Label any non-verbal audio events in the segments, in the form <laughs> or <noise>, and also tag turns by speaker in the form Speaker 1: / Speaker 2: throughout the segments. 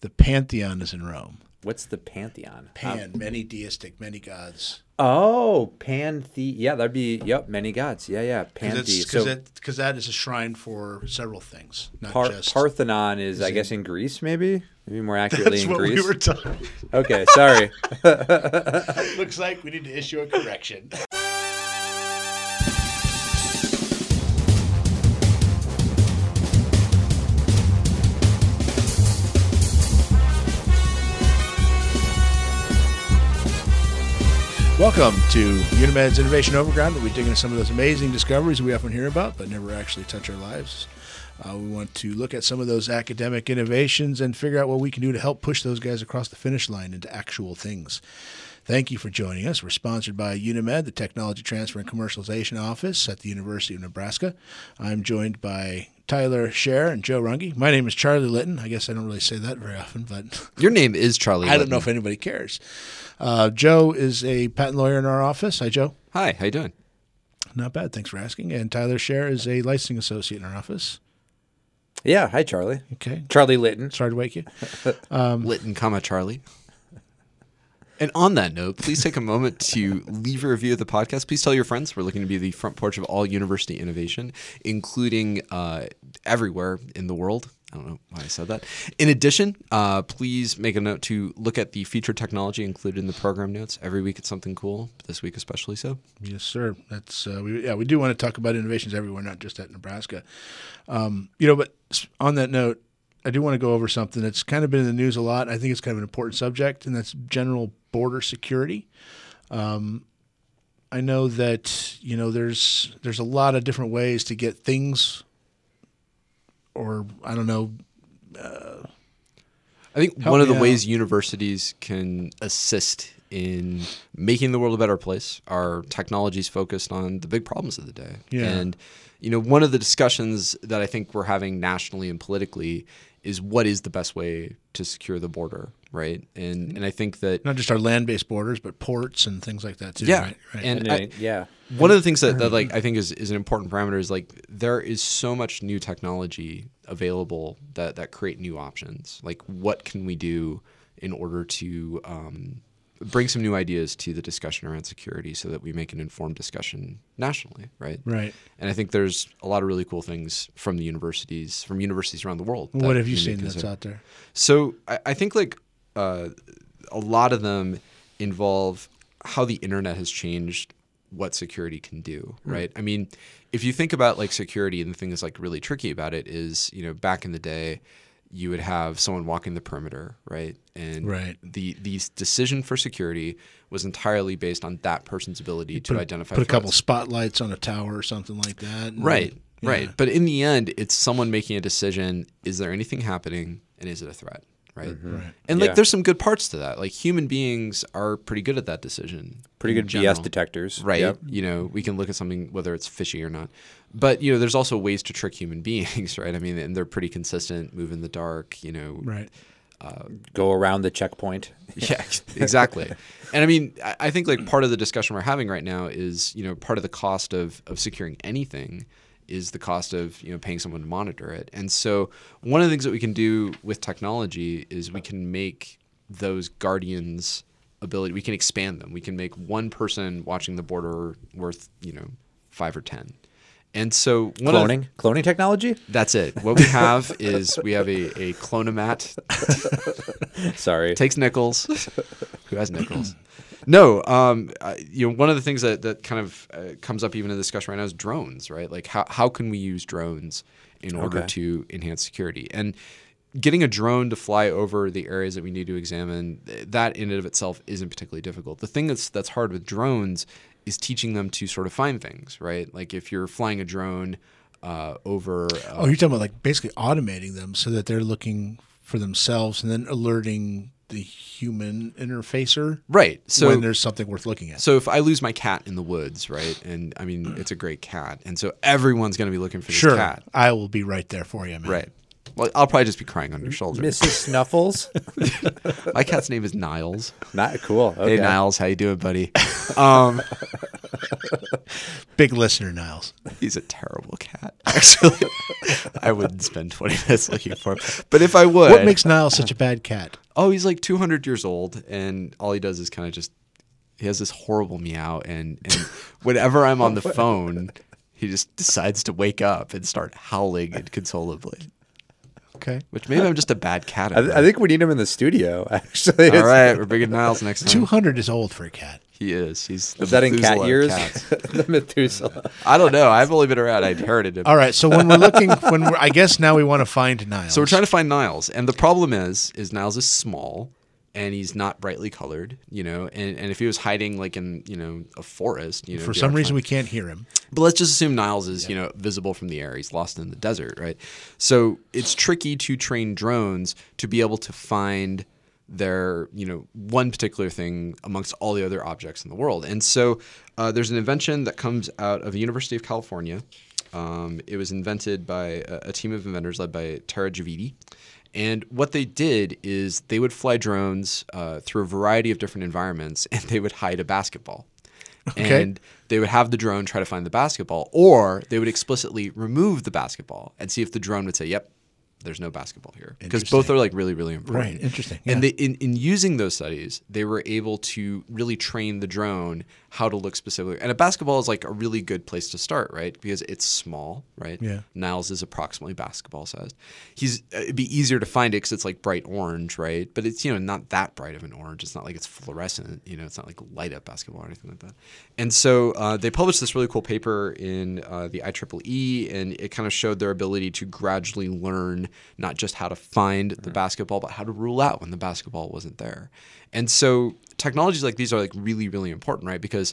Speaker 1: The Pantheon is in Rome.
Speaker 2: What's the pantheon?
Speaker 1: Pan, many deistic, many gods.
Speaker 2: Oh, panthe. Yeah, that'd be yep. Many gods. Yeah, yeah. Panthe.
Speaker 1: Because
Speaker 2: So
Speaker 1: that is a shrine for several things, not
Speaker 2: Par-
Speaker 1: just.
Speaker 2: Parthenon is, I guess, in Greece, maybe. Maybe more accurately
Speaker 1: that's
Speaker 2: in
Speaker 1: what
Speaker 2: Greece.
Speaker 1: we were talking. <laughs>
Speaker 2: okay, sorry.
Speaker 1: Looks like we need to issue a correction. Welcome to Unimed's Innovation Overground, where we dig into some of those amazing discoveries we often hear about but never actually touch our lives. Uh, we want to look at some of those academic innovations and figure out what we can do to help push those guys across the finish line into actual things. Thank you for joining us. We're sponsored by Unimed, the Technology Transfer and Commercialization Office at the University of Nebraska. I'm joined by Tyler Scher and Joe Runge. My name is Charlie Litton. I guess I don't really say that very often, but
Speaker 3: Your name is Charlie.
Speaker 1: I don't
Speaker 3: Whitten.
Speaker 1: know if anybody cares. Uh, Joe is a patent lawyer in our office. Hi, Joe.
Speaker 3: Hi, how you doing?
Speaker 1: Not bad. Thanks for asking. And Tyler Scher is a licensing associate in our office.
Speaker 2: yeah. Hi, Charlie.
Speaker 1: Okay.
Speaker 2: Charlie Litton.
Speaker 1: Sorry to wake you.
Speaker 3: Litton, comma Charlie. And on that note, please take a moment to leave a review of the podcast. Please tell your friends. We're looking to be the front porch of all university innovation, including uh, everywhere in the world. I don't know why I said that. In addition, uh, please make a note to look at the feature technology included in the program notes. Every week it's something cool, but this week especially so.
Speaker 1: Yes, sir. That's uh, we. Yeah, we do want to talk about innovations everywhere, not just at Nebraska. Um, you know, but s- on that note, I do want to go over something that's kind of been in the news a lot. I think it's kind of an important subject, and that's general border security. Um, I know that you know there's there's a lot of different ways to get things, or I don't know,
Speaker 3: I think
Speaker 1: Help
Speaker 3: one of
Speaker 1: me
Speaker 3: the
Speaker 1: out.
Speaker 3: ways universities can assist in making the world a better place are technologies focused on the big problems of the day.
Speaker 1: Yeah.
Speaker 3: And you know, one of the discussions that I think we're having nationally and politically is what is the best way to secure the border, right?
Speaker 1: Mm-hmm.
Speaker 3: And and I think that
Speaker 1: not just our land based borders, but ports and things like that too.
Speaker 3: yeah,
Speaker 1: right, right.
Speaker 3: and I-
Speaker 2: Anyway, yeah.
Speaker 3: one of the things that, that like I think is, is an important parameter is like there is so much new technology available that that create new options. Like what can we do in order to um, bring some new ideas to the discussion around security so that we make an informed discussion nationally, right?
Speaker 1: right.
Speaker 3: And I think there's a lot of really cool things from the universities, from universities around the world.
Speaker 1: What
Speaker 3: that
Speaker 1: have you
Speaker 3: may
Speaker 1: seen
Speaker 3: consider-
Speaker 1: that's out there?
Speaker 3: so I, I think like uh, a lot of them involve how the internet has changed what security can do,
Speaker 1: Hmm.
Speaker 3: right? I mean, if you think about like security and the thing that's like really tricky about it is, you know, back in the day, you would have someone walking the perimeter, right? And
Speaker 1: Right.
Speaker 3: the the decision for security was entirely based on that person's ability to identify
Speaker 1: Put a
Speaker 3: threats.
Speaker 1: couple spotlights on a tower or something like that. and-
Speaker 3: Right,
Speaker 1: Yeah.
Speaker 3: right. But in the end, it's someone making a decision: is there anything happening, and is it a threat? Right.
Speaker 1: Right.
Speaker 3: And like,
Speaker 2: Mm-hmm. Yeah.
Speaker 3: there's some good parts to that. Like, human beings are pretty good at that decision.
Speaker 2: Pretty
Speaker 3: in
Speaker 2: good
Speaker 3: general.
Speaker 2: BS detectors.
Speaker 3: Right.
Speaker 2: Yep.
Speaker 3: You know, we can look at something whether it's fishy or not. But you know, there's also ways to trick human <laughs> beings, right? I mean, and they're pretty consistent. Move in the dark. You know,
Speaker 1: Right.
Speaker 2: Go around the checkpoint.
Speaker 3: yeah, <laughs> exactly. And I mean, I I think like part of the discussion we're having right now is, you know, part of the cost of of securing anything is the cost of you know paying someone to monitor it. And so one of the things that we can do with technology is we can make those guardians ability we can expand them. We can make one person watching the border worth, you know, five or ten. And so one of the-
Speaker 2: Cloning.
Speaker 3: <laughs>
Speaker 2: Cloning technology.
Speaker 3: that's it. What we have is we have a, a clonomat
Speaker 2: Sorry.
Speaker 3: takes nickels. <laughs> Who has nickels? No, um, uh, you know, one of the things that, that kind of uh, comes up even in the discussion right now is drones, right? Like, how, how can we use drones in order
Speaker 2: Okay.
Speaker 3: to enhance security? And getting a drone to fly over the areas that we need to examine, th- that in and of itself isn't particularly difficult. The thing that's that's hard with drones is teaching them to sort of find things, right? Like, if you're flying a drone uh, over. Uh,
Speaker 1: Oh, you're talking about like basically automating them so that they're looking for themselves and then alerting the human interfacer
Speaker 3: Right. So
Speaker 1: when there's something worth looking at.
Speaker 3: So if I lose my cat in the woods, right? And
Speaker 1: <clears throat>
Speaker 3: I mean, it's a great cat, and so everyone's going to be looking for this
Speaker 1: Sure,
Speaker 3: cat,
Speaker 1: I will be right there for you, man.
Speaker 3: right? Well, I'll probably just be crying on your shoulder.
Speaker 2: Mrs. Snuffles.
Speaker 3: My cat's name is Niles.
Speaker 1: <laughs>
Speaker 2: Not cool. Okay.
Speaker 3: Hey, Niles, how you doing, buddy? Um,
Speaker 1: Big listener, Niles.
Speaker 3: He's a terrible cat. <laughs> Actually, I wouldn't spend 20 minutes looking for him. But if I would,
Speaker 1: What makes Niles such a bad cat?
Speaker 3: oh, he's like 200 years old, and all he does is kind of just he has this horrible meow, and,
Speaker 1: <laughs>
Speaker 3: and whenever I'm on the phone, he just decides to wake up and
Speaker 1: <laughs>
Speaker 3: start howling inconsolably.
Speaker 1: Okay.
Speaker 3: Which maybe I'm just a bad cat.
Speaker 2: I, th- I think we need him in the studio. <laughs> Actually,
Speaker 3: All right, we're bringing Niles next time.
Speaker 1: 200 is old for a cat.
Speaker 3: He is. He's the
Speaker 2: Is that in
Speaker 3: Methuselah
Speaker 2: cat
Speaker 3: of
Speaker 2: years?
Speaker 3: cats.
Speaker 2: <laughs> the Methuselah.
Speaker 3: I don't know. I've only been around. I
Speaker 2: <laughs>
Speaker 3: inherited him.
Speaker 1: All right. So when we're looking, when we're, I guess now we want to find Niles.
Speaker 3: So we're trying to find Niles, and the problem is, is Niles is small, and he's not brightly colored, you know. And, and if he was hiding like in you know a forest, you know,
Speaker 1: for some reason we can't hear him.
Speaker 3: But let's just assume Niles is, you know, visible from the air. He's lost in the desert, right? So it's tricky to train drones to be able to find their, you know, one particular thing amongst all the other objects in the world. And so uh, there's an invention that comes out of the University of California. Um, it was invented by a, a team of inventors led by Tara Javidi. And what they did is they would fly drones uh, through a variety of different environments, and they would hide a basketball.
Speaker 1: Okay.
Speaker 3: And they would have the drone try to find the basketball, or they would explicitly remove the basketball and see if the drone would say, "Yep, there's no basketball here," because both are like really, really important.
Speaker 1: Right, interesting,
Speaker 3: And they, in in using those studies, they were able to really train the drone how to look specifically. And a basketball is like a really good place to start, right? Because it's small, right?
Speaker 1: Yeah.
Speaker 3: Niles is approximately basketball sized. He's uh, it'd be easier to find it because it's like bright orange, right? But it's you know not that bright of an orange. It's not like it's fluorescent. You know, it's not like light up basketball or anything like that. And so uh, they published this really cool paper in uh, the IEEE, and it kind of showed their ability to gradually learn not just how to find the basketball, but how to rule out when the basketball wasn't there. And so technologies like these are like really really important, right? Because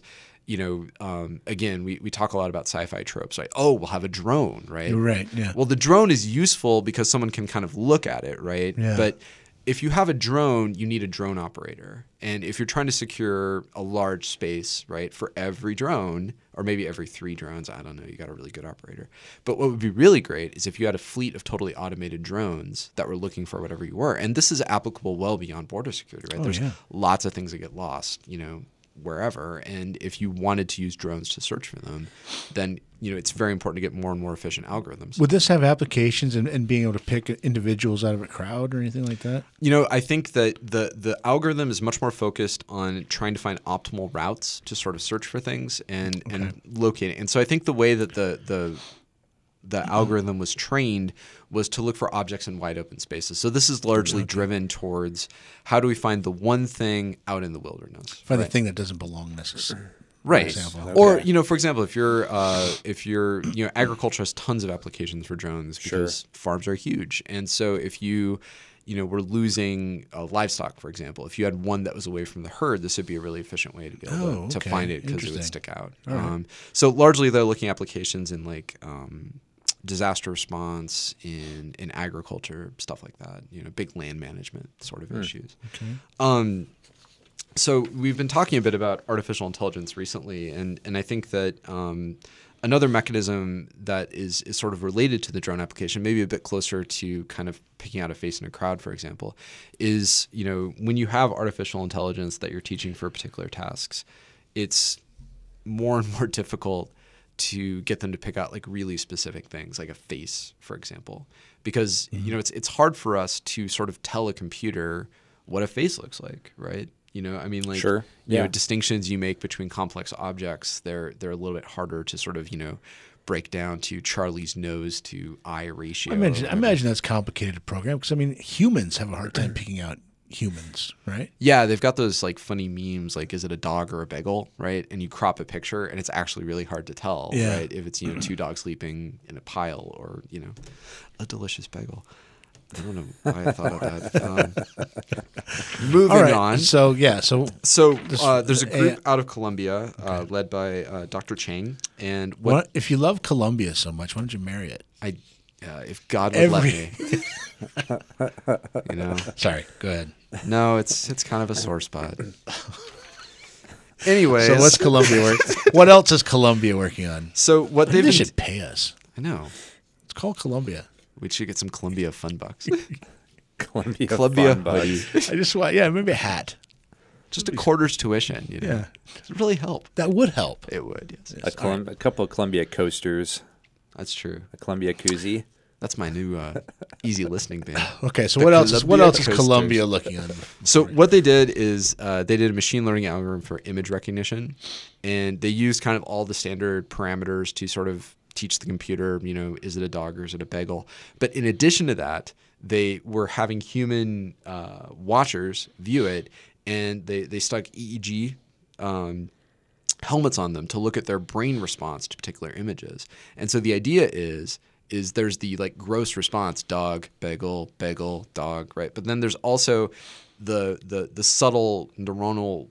Speaker 3: you know, um, again, we, we talk a lot about sci-fi tropes, right? Oh, we'll have a drone, right?
Speaker 1: Right, yeah.
Speaker 3: Well, the drone is useful because someone can kind of look at it, right?
Speaker 1: Yeah.
Speaker 3: But if you have a drone, you need a drone operator. And if you're trying to secure a large space, right, for every drone, or maybe every three drones, I don't know, you got a really good operator. But what would be really great is if you had a fleet of totally automated drones that were looking for whatever you were. And this is applicable well beyond border security, right? There's
Speaker 1: Oh, yeah.
Speaker 3: lots of things that get lost, you know, wherever. And if you wanted to use drones to search for them, then, you know, it's very important to get more and more efficient algorithms.
Speaker 1: Would this have applications and, and being able to pick individuals out of a crowd or anything like that?
Speaker 3: You know, I think that the the algorithm is much more focused on trying to find optimal routes to sort of search for things and and locate it. And so I think the way that the the the algorithm was trained was to look for objects in wide open spaces. So this is largely driven towards how do we find the one thing out in the wilderness?
Speaker 1: Find the thing that doesn't belong necessarily.
Speaker 3: right
Speaker 1: example.
Speaker 3: or
Speaker 2: Okay.
Speaker 3: you know for example if you're uh, if you're you know agriculture has tons of applications for drones because farms are huge and so if you you know we're losing uh, livestock for example if you had one that was away from the herd this would be a really efficient way to be able
Speaker 1: Oh,
Speaker 3: to,
Speaker 1: okay.
Speaker 3: to find it because it
Speaker 1: Interesting.
Speaker 3: would stick out um, so largely they're looking at applications in like um, disaster response in in agriculture stuff like that you know big land management sort of issues um, so we've been talking a bit about artificial intelligence recently, and and I think that um, another mechanism that is is sort of related to the drone application, maybe a bit closer to kind of picking out a face in a crowd, for example, is you know when you have artificial intelligence that you're teaching for particular tasks, it's more and <laughs> more difficult to get them to pick out like really specific things like a face for example because
Speaker 1: Mm-hmm.
Speaker 3: you know it's it's hard for us to sort of tell a computer what a face looks like right you know i mean like
Speaker 2: Sure.
Speaker 3: you know
Speaker 2: Yeah.
Speaker 3: distinctions you make between complex objects they're they're a little bit harder to sort of you know break down to charlie's nose to eye ratio
Speaker 1: I
Speaker 3: or
Speaker 1: imagine, I
Speaker 3: whatever.
Speaker 1: imagine that's a complicated program because, I mean, humans have a hard <clears throat> time picking out humans, right?
Speaker 3: Yeah, they've got those like funny memes, like is it a dog or a bagel, right? And you crop a picture, and it's actually really hard to tell,
Speaker 1: Yeah.
Speaker 3: right? If it's you know
Speaker 1: <clears throat>
Speaker 3: two dogs sleeping in a pile, or you know, a delicious bagel. I don't know why I thought of
Speaker 1: <laughs>
Speaker 3: that. Um, moving
Speaker 1: All right.
Speaker 3: on.
Speaker 1: So, yeah. So,
Speaker 3: So uh, there's a group
Speaker 1: AI
Speaker 3: out of Colombia uh, led by uh, Dr. Chang, and what
Speaker 1: why, if you love Columbia so much, why don't you marry it?
Speaker 3: I, uh, if God would let me, you know.
Speaker 1: Sorry. Go ahead.
Speaker 3: No, it's it's kind of a sore
Speaker 1: <laughs>
Speaker 3: spot. Anyways,
Speaker 1: So, what's Columbia
Speaker 3: <laughs>
Speaker 1: work? what else is Columbia working on?
Speaker 3: So what
Speaker 1: They
Speaker 3: they've been,
Speaker 1: should pay us.
Speaker 3: I know
Speaker 1: It's called Columbia.
Speaker 3: we should get some Columbia fun bucks.
Speaker 2: Columbia.
Speaker 3: Columbia
Speaker 2: fun bugs.
Speaker 1: I just want, yeah, maybe a hat.
Speaker 3: just a quarter's tuition. You know?
Speaker 1: Yeah.
Speaker 3: it'd really help.
Speaker 1: That would help.
Speaker 3: It would. Yes,
Speaker 2: A, Colum- a couple of Columbia coasters,
Speaker 3: that's true.
Speaker 2: a Columbia koozie.
Speaker 3: That's my new uh, easy listening thing.
Speaker 1: Okay, so
Speaker 3: The
Speaker 1: what else? Is, what
Speaker 3: Columbia
Speaker 1: else is
Speaker 3: coasters.
Speaker 1: Columbia looking at?
Speaker 3: So what they did is uh, they did a machine learning algorithm for image recognition, and they used kind of all the standard parameters to sort of teach the computer, you know, is it a dog or is it a bagel? But in addition to that, they were having human uh, watchers view it, and they they stuck EEG. Um, helmets on them to look at their brain response to particular images. And so the idea is is there's the like gross response dog bagel bagel dog right but then there's also the the the subtle neuronal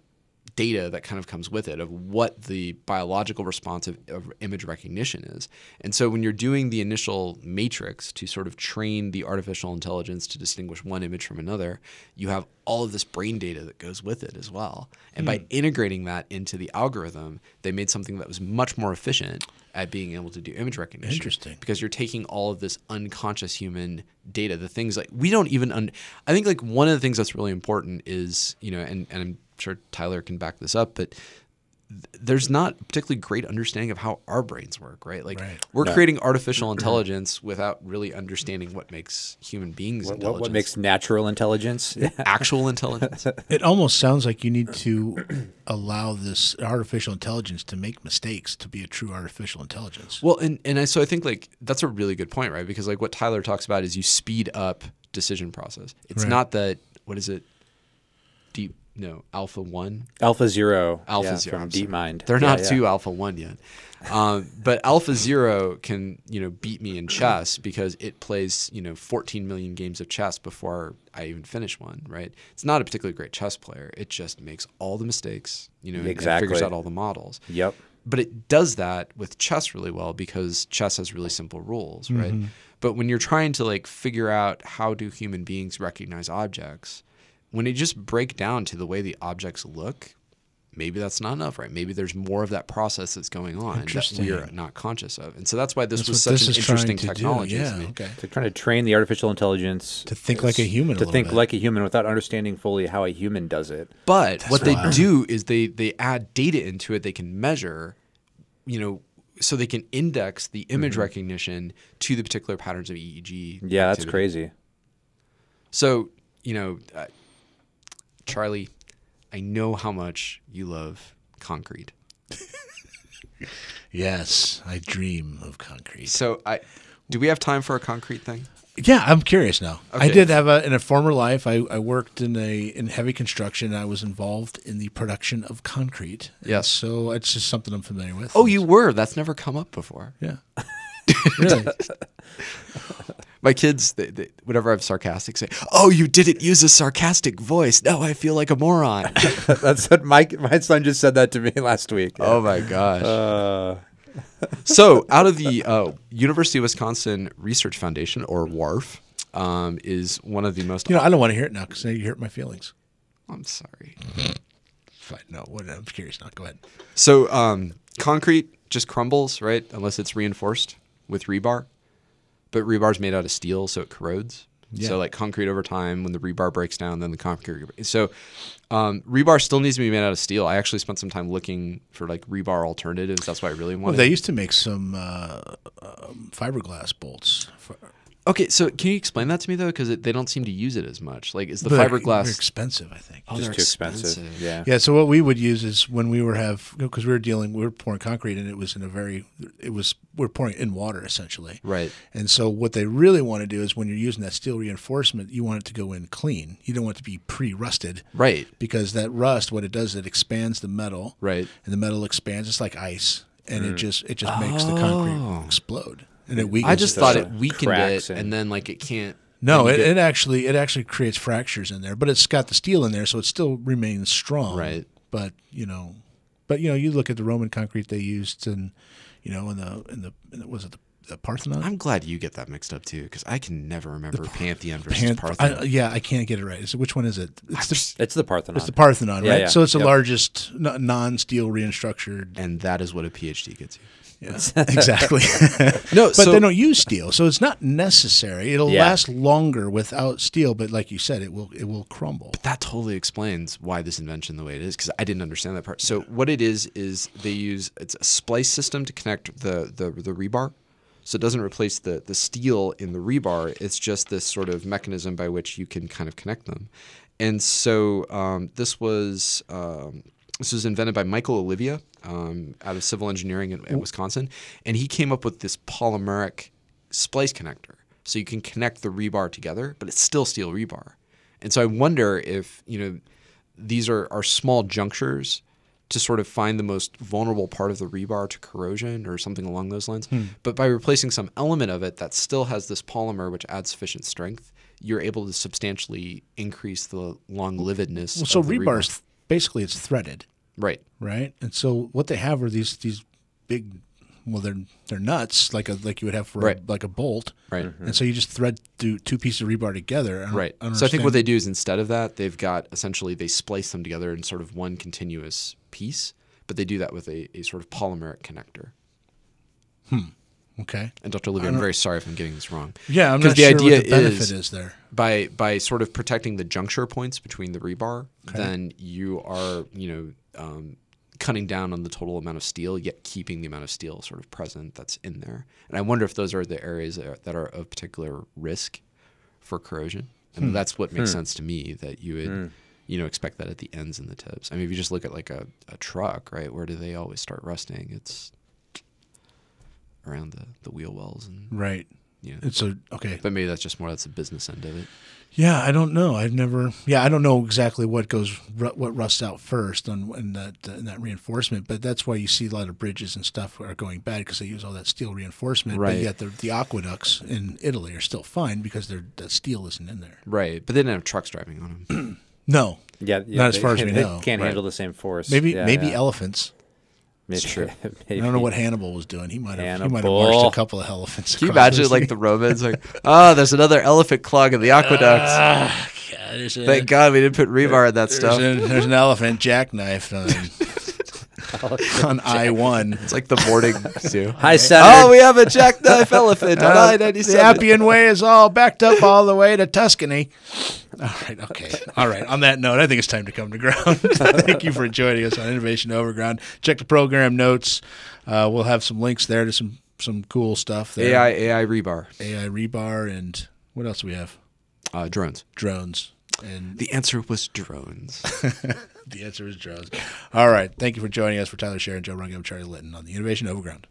Speaker 3: data that kind of comes with it of what the biological response of, of image recognition is and so when you're doing the initial matrix to sort of train the artificial intelligence to distinguish one image from another you have all of this brain data that goes with it as well and by integrating that into the algorithm they made something that was much more efficient at being able to do image recognition
Speaker 1: Interesting.
Speaker 3: because you're taking all of this unconscious human data the things like we don't even un- i think like one of the things that's really important is you know and, and i'm sure tyler can back this up but th- there's not particularly great understanding of how our brains work right like
Speaker 1: Right.
Speaker 3: we're creating
Speaker 1: <clears throat>
Speaker 3: artificial intelligence without really understanding what makes human beings
Speaker 2: What, what,
Speaker 3: intelligent
Speaker 2: what makes natural intelligence?
Speaker 3: actual
Speaker 2: <laughs>
Speaker 3: intelligence
Speaker 1: It almost sounds like you need to <clears throat> allow this artificial intelligence to make mistakes to be a true artificial intelligence.
Speaker 3: Well, and and I, so I think like that's a really good point, right? Because like what Tyler talks about is you speed up decision process. It's
Speaker 1: Right.
Speaker 3: not that what is it? Deep no alpha one.
Speaker 2: Alpha Zero.
Speaker 3: Alpha
Speaker 2: yeah,
Speaker 3: zero
Speaker 2: From
Speaker 3: I'm sorry.
Speaker 2: DeepMind.
Speaker 3: They're
Speaker 2: Yeah,
Speaker 3: not
Speaker 2: yeah.
Speaker 3: too alpha one yet, um, but alpha zero can you know beat me in chess because it plays you know 14 million games of chess before I even finish one. Right? It's not a particularly great chess player. It just makes all the mistakes. You know, and- and figures
Speaker 2: Exactly.
Speaker 3: out all the models
Speaker 2: Yep.
Speaker 3: but it does that with chess really well because chess has really simple rules, right?
Speaker 1: Mm-hmm.
Speaker 3: But when you're trying to like figure out how do human beings recognize objects, when it just break down to the way the objects look, maybe that's not enough, right? Maybe there's more of that process that's going on that
Speaker 1: Interesting.
Speaker 3: we're not conscious of. And so that's why this
Speaker 1: That's
Speaker 3: was
Speaker 1: what
Speaker 3: such
Speaker 1: this
Speaker 3: an
Speaker 1: is trying
Speaker 3: interesting
Speaker 1: to do.
Speaker 3: technology. to
Speaker 1: Yeah,
Speaker 3: me.
Speaker 1: okay.
Speaker 2: They're trying to train the artificial intelligence
Speaker 1: To think like a human. a
Speaker 2: to
Speaker 1: little
Speaker 2: think
Speaker 1: bit.
Speaker 2: like a human without understanding fully how a human does it.
Speaker 3: But what they do is they they add data into it. They can measure, you know, so they can index the image recognition to the particular patterns of EEG.
Speaker 2: Yeah, that's
Speaker 3: activity.
Speaker 2: crazy.
Speaker 3: So you know, uh, Charlie, I know how much you love concrete.
Speaker 1: Yes, I dream of concrete.
Speaker 3: So I, do we have time for a concrete thing?
Speaker 1: Yeah, I'm curious now. I
Speaker 3: Okay.
Speaker 1: did have a in a former life. I, I worked in a in heavy construction. I was involved in the production of concrete. And
Speaker 3: Yes.
Speaker 1: so it's just something I'm familiar with.
Speaker 3: Oh, you were. That's never come up before. <laughs>
Speaker 1: Yeah. really?
Speaker 3: My kids, they, they, whenever I'm sarcastic, say, "Oh, you didn't use a sarcastic voice." No, I feel like a <laughs> moron.
Speaker 2: <laughs> that's what my my son just said that to me <laughs> last week.
Speaker 3: Oh my gosh. <laughs> so, out of the uh, University of Wisconsin Research Foundation, or WARF, um, is one of the most.
Speaker 1: You know, I don't want to hear it now because now you hurt my feelings.
Speaker 3: I'm sorry.
Speaker 1: Fine. No, what, I'm curious now. Go ahead.
Speaker 3: So, um, concrete just crumbles, right? Unless it's reinforced with rebar. But rebar is made out of steel, so it corrodes.
Speaker 1: Yeah.
Speaker 3: So, like concrete over time, when the rebar breaks down, then the concrete. So, um, rebar still needs to be made out of steel. I actually spent some time looking for like rebar alternatives. That's what I really
Speaker 1: Well,
Speaker 3: wanted.
Speaker 1: they used to make some uh, um, fiberglass bolts. For,
Speaker 3: Okay, so can you explain that to me though? Because they don't seem to use it as much. Like, is the
Speaker 1: but they're- They're
Speaker 3: fiberglass?
Speaker 1: expensive, I think.
Speaker 3: Oh,
Speaker 2: just
Speaker 3: they're
Speaker 2: too expensive. Yeah.
Speaker 1: Yeah, so what we would use is when we were have because we were dealing we were pouring concrete and it was in a very it was we're pouring it in water essentially.
Speaker 3: Right.
Speaker 1: And so what they really want to do is when you're using that steel reinforcement, you want it to go in clean. You don't want it to be pre-rusted.
Speaker 3: Right.
Speaker 1: Because that rust, what it does, is it expands the metal.
Speaker 3: Right. Mm.
Speaker 1: And the metal expands. It's like ice, and it just it just makes the concrete explode and it weakens.
Speaker 3: Oh. I just
Speaker 1: it.
Speaker 3: thought
Speaker 2: so
Speaker 3: it weakened
Speaker 2: cracks
Speaker 3: it,
Speaker 2: and-
Speaker 3: and then like it can't.
Speaker 1: No,
Speaker 3: then
Speaker 1: it,
Speaker 3: you
Speaker 1: it actually it actually creates fractures in there, but it's got the steel in there, so it still remains strong.
Speaker 3: Right.
Speaker 1: But you know, but you know, you look at the Roman concrete they used, and you know, in the in the, in the was it the, the Parthenon?
Speaker 3: I'm glad you get that mixed up too, because I can never remember Pantheon versus
Speaker 1: Pan-
Speaker 3: Parthenon.
Speaker 1: I- yeah, I can't get it right. Is it- which one is it? It's the
Speaker 2: It's the Parthenon.
Speaker 1: it's the Parthenon,
Speaker 2: Yeah,
Speaker 1: right?
Speaker 2: yeah.
Speaker 1: So it's the
Speaker 2: Yep.
Speaker 3: <laughs>
Speaker 1: largest non steel reinstructured.
Speaker 3: and that is what a PhD gets you.
Speaker 1: Yeah, exactly. <laughs>
Speaker 3: No,
Speaker 1: but
Speaker 3: so
Speaker 1: they don't use steel, so it's not necessary. It'll
Speaker 2: Yeah.
Speaker 1: last longer without steel, but like you said, it will it will crumble.
Speaker 3: that totally explains why this invention the way it is because I didn't understand that part. So what it is is they use it's a splice system to connect the the, the rebar. So it doesn't replace the the steel in the rebar. It's just this sort of mechanism by which you can kind of connect them. And so um, this was um, this was invented by Michael Olivia um, out of civil engineering in, in Wisconsin, and he came up with this polymeric splice connector. So you can connect the rebar together, but it's still steel rebar. And so I wonder if, you know, these are, are small junctures to sort of find the most vulnerable part of the rebar to corrosion or something along those lines.
Speaker 1: Hmm.
Speaker 3: But by replacing some element of it that still has this polymer which adds sufficient strength, you're able to substantially increase the long livedness.
Speaker 1: Well, so
Speaker 3: of the
Speaker 1: rebar
Speaker 3: rebar.
Speaker 1: is basically it's threaded,
Speaker 3: Right.
Speaker 1: right? And so what they have are these these big, well they're they're nuts like a like you would have for a,
Speaker 3: Right.
Speaker 1: like a bolt,
Speaker 3: Right.
Speaker 1: And so you just thread two two pieces of rebar together. I don't-
Speaker 3: Right.
Speaker 1: I don't
Speaker 3: so I think
Speaker 1: understand.
Speaker 3: what they do is instead of that, they've got essentially they splice them together in sort of one continuous piece, but they do that with a, a sort of polymeric connector.
Speaker 1: okay,
Speaker 3: And Dr. Olivia, I'm very sorry if I'm getting this wrong.
Speaker 1: yeah, I'm
Speaker 3: 'Cause
Speaker 1: not sure what the benefit is, there.
Speaker 3: by by sort of protecting the juncture points between the rebar, then you are you know um, cutting down on the total amount of steel, yet keeping the amount of steel sort of present that's in there. And I wonder if those are the areas that are, that are of particular risk for corrosion. And that's what makes sense to me that you would. You know, expect that at the ends and the tips. I mean, if you just look at like a, a truck, right? Where do they always start rusting? It's around the, the wheel wells, and
Speaker 1: Right.
Speaker 3: you know.
Speaker 1: And so okay,
Speaker 3: But maybe that's just more. That's the business end of it.
Speaker 1: Yeah, I don't know. I've never. Yeah, I don't know exactly what goes ru- what rusts out first on in that uh, in that reinforcement, but that's why you see a lot of bridges and stuff are going bad because they use all that steel reinforcement.
Speaker 3: Right.
Speaker 1: But yet the, the aqueducts in Italy are still fine because they're, that steel isn't in there.
Speaker 3: Right, but they didn't have trucks driving on them.
Speaker 1: No,
Speaker 2: Yeah, yeah,
Speaker 1: Not as
Speaker 2: they-
Speaker 1: far as we
Speaker 2: they
Speaker 1: know,
Speaker 2: Can't
Speaker 3: right.
Speaker 2: handle the same force.
Speaker 1: maybe
Speaker 2: Yeah,
Speaker 1: maybe
Speaker 2: yeah.
Speaker 1: elephants.
Speaker 2: Maybe- <laughs>
Speaker 1: I don't know what Hannibal was doing. He might have he might have
Speaker 2: Hannibal.
Speaker 1: marched a couple of elephants.
Speaker 3: Can you
Speaker 1: across
Speaker 3: imagine
Speaker 1: this
Speaker 3: like the Romans <laughs> like, oh, there's another elephant clog in the aqueducts.
Speaker 1: thing. <laughs> Yeah, there's, a-
Speaker 3: Thank God we didn't put rebar in <laughs> that
Speaker 1: there's,
Speaker 3: stuff.
Speaker 1: a- there's an elephant jackknife
Speaker 3: <laughs>
Speaker 1: on,
Speaker 3: Oh,
Speaker 1: <laughs> on I one.
Speaker 3: It's like the <laughs> morning zoo.
Speaker 2: Hi, Senator.
Speaker 3: Oh, we have a jackknife elephant on I ninety
Speaker 1: The
Speaker 3: seven.
Speaker 1: Appian Way is all backed up all the way to Tuscany. All right, okay. All right. On that note, I think it's time to come to ground. <laughs> Thank you for joining us on Innovation Overground. Check the program notes. Uh, we'll have some links there to some some cool stuff there.
Speaker 3: AI AI rebar
Speaker 1: AI rebar and what else do we have?
Speaker 3: uh, drones.
Speaker 1: Drones. And
Speaker 3: The answer was drones.
Speaker 1: the answer is drones. All right. Thank you for joining us. For Tyler Sharon, Joe Runge, I'm Charlie Litton on the Innovation Overground.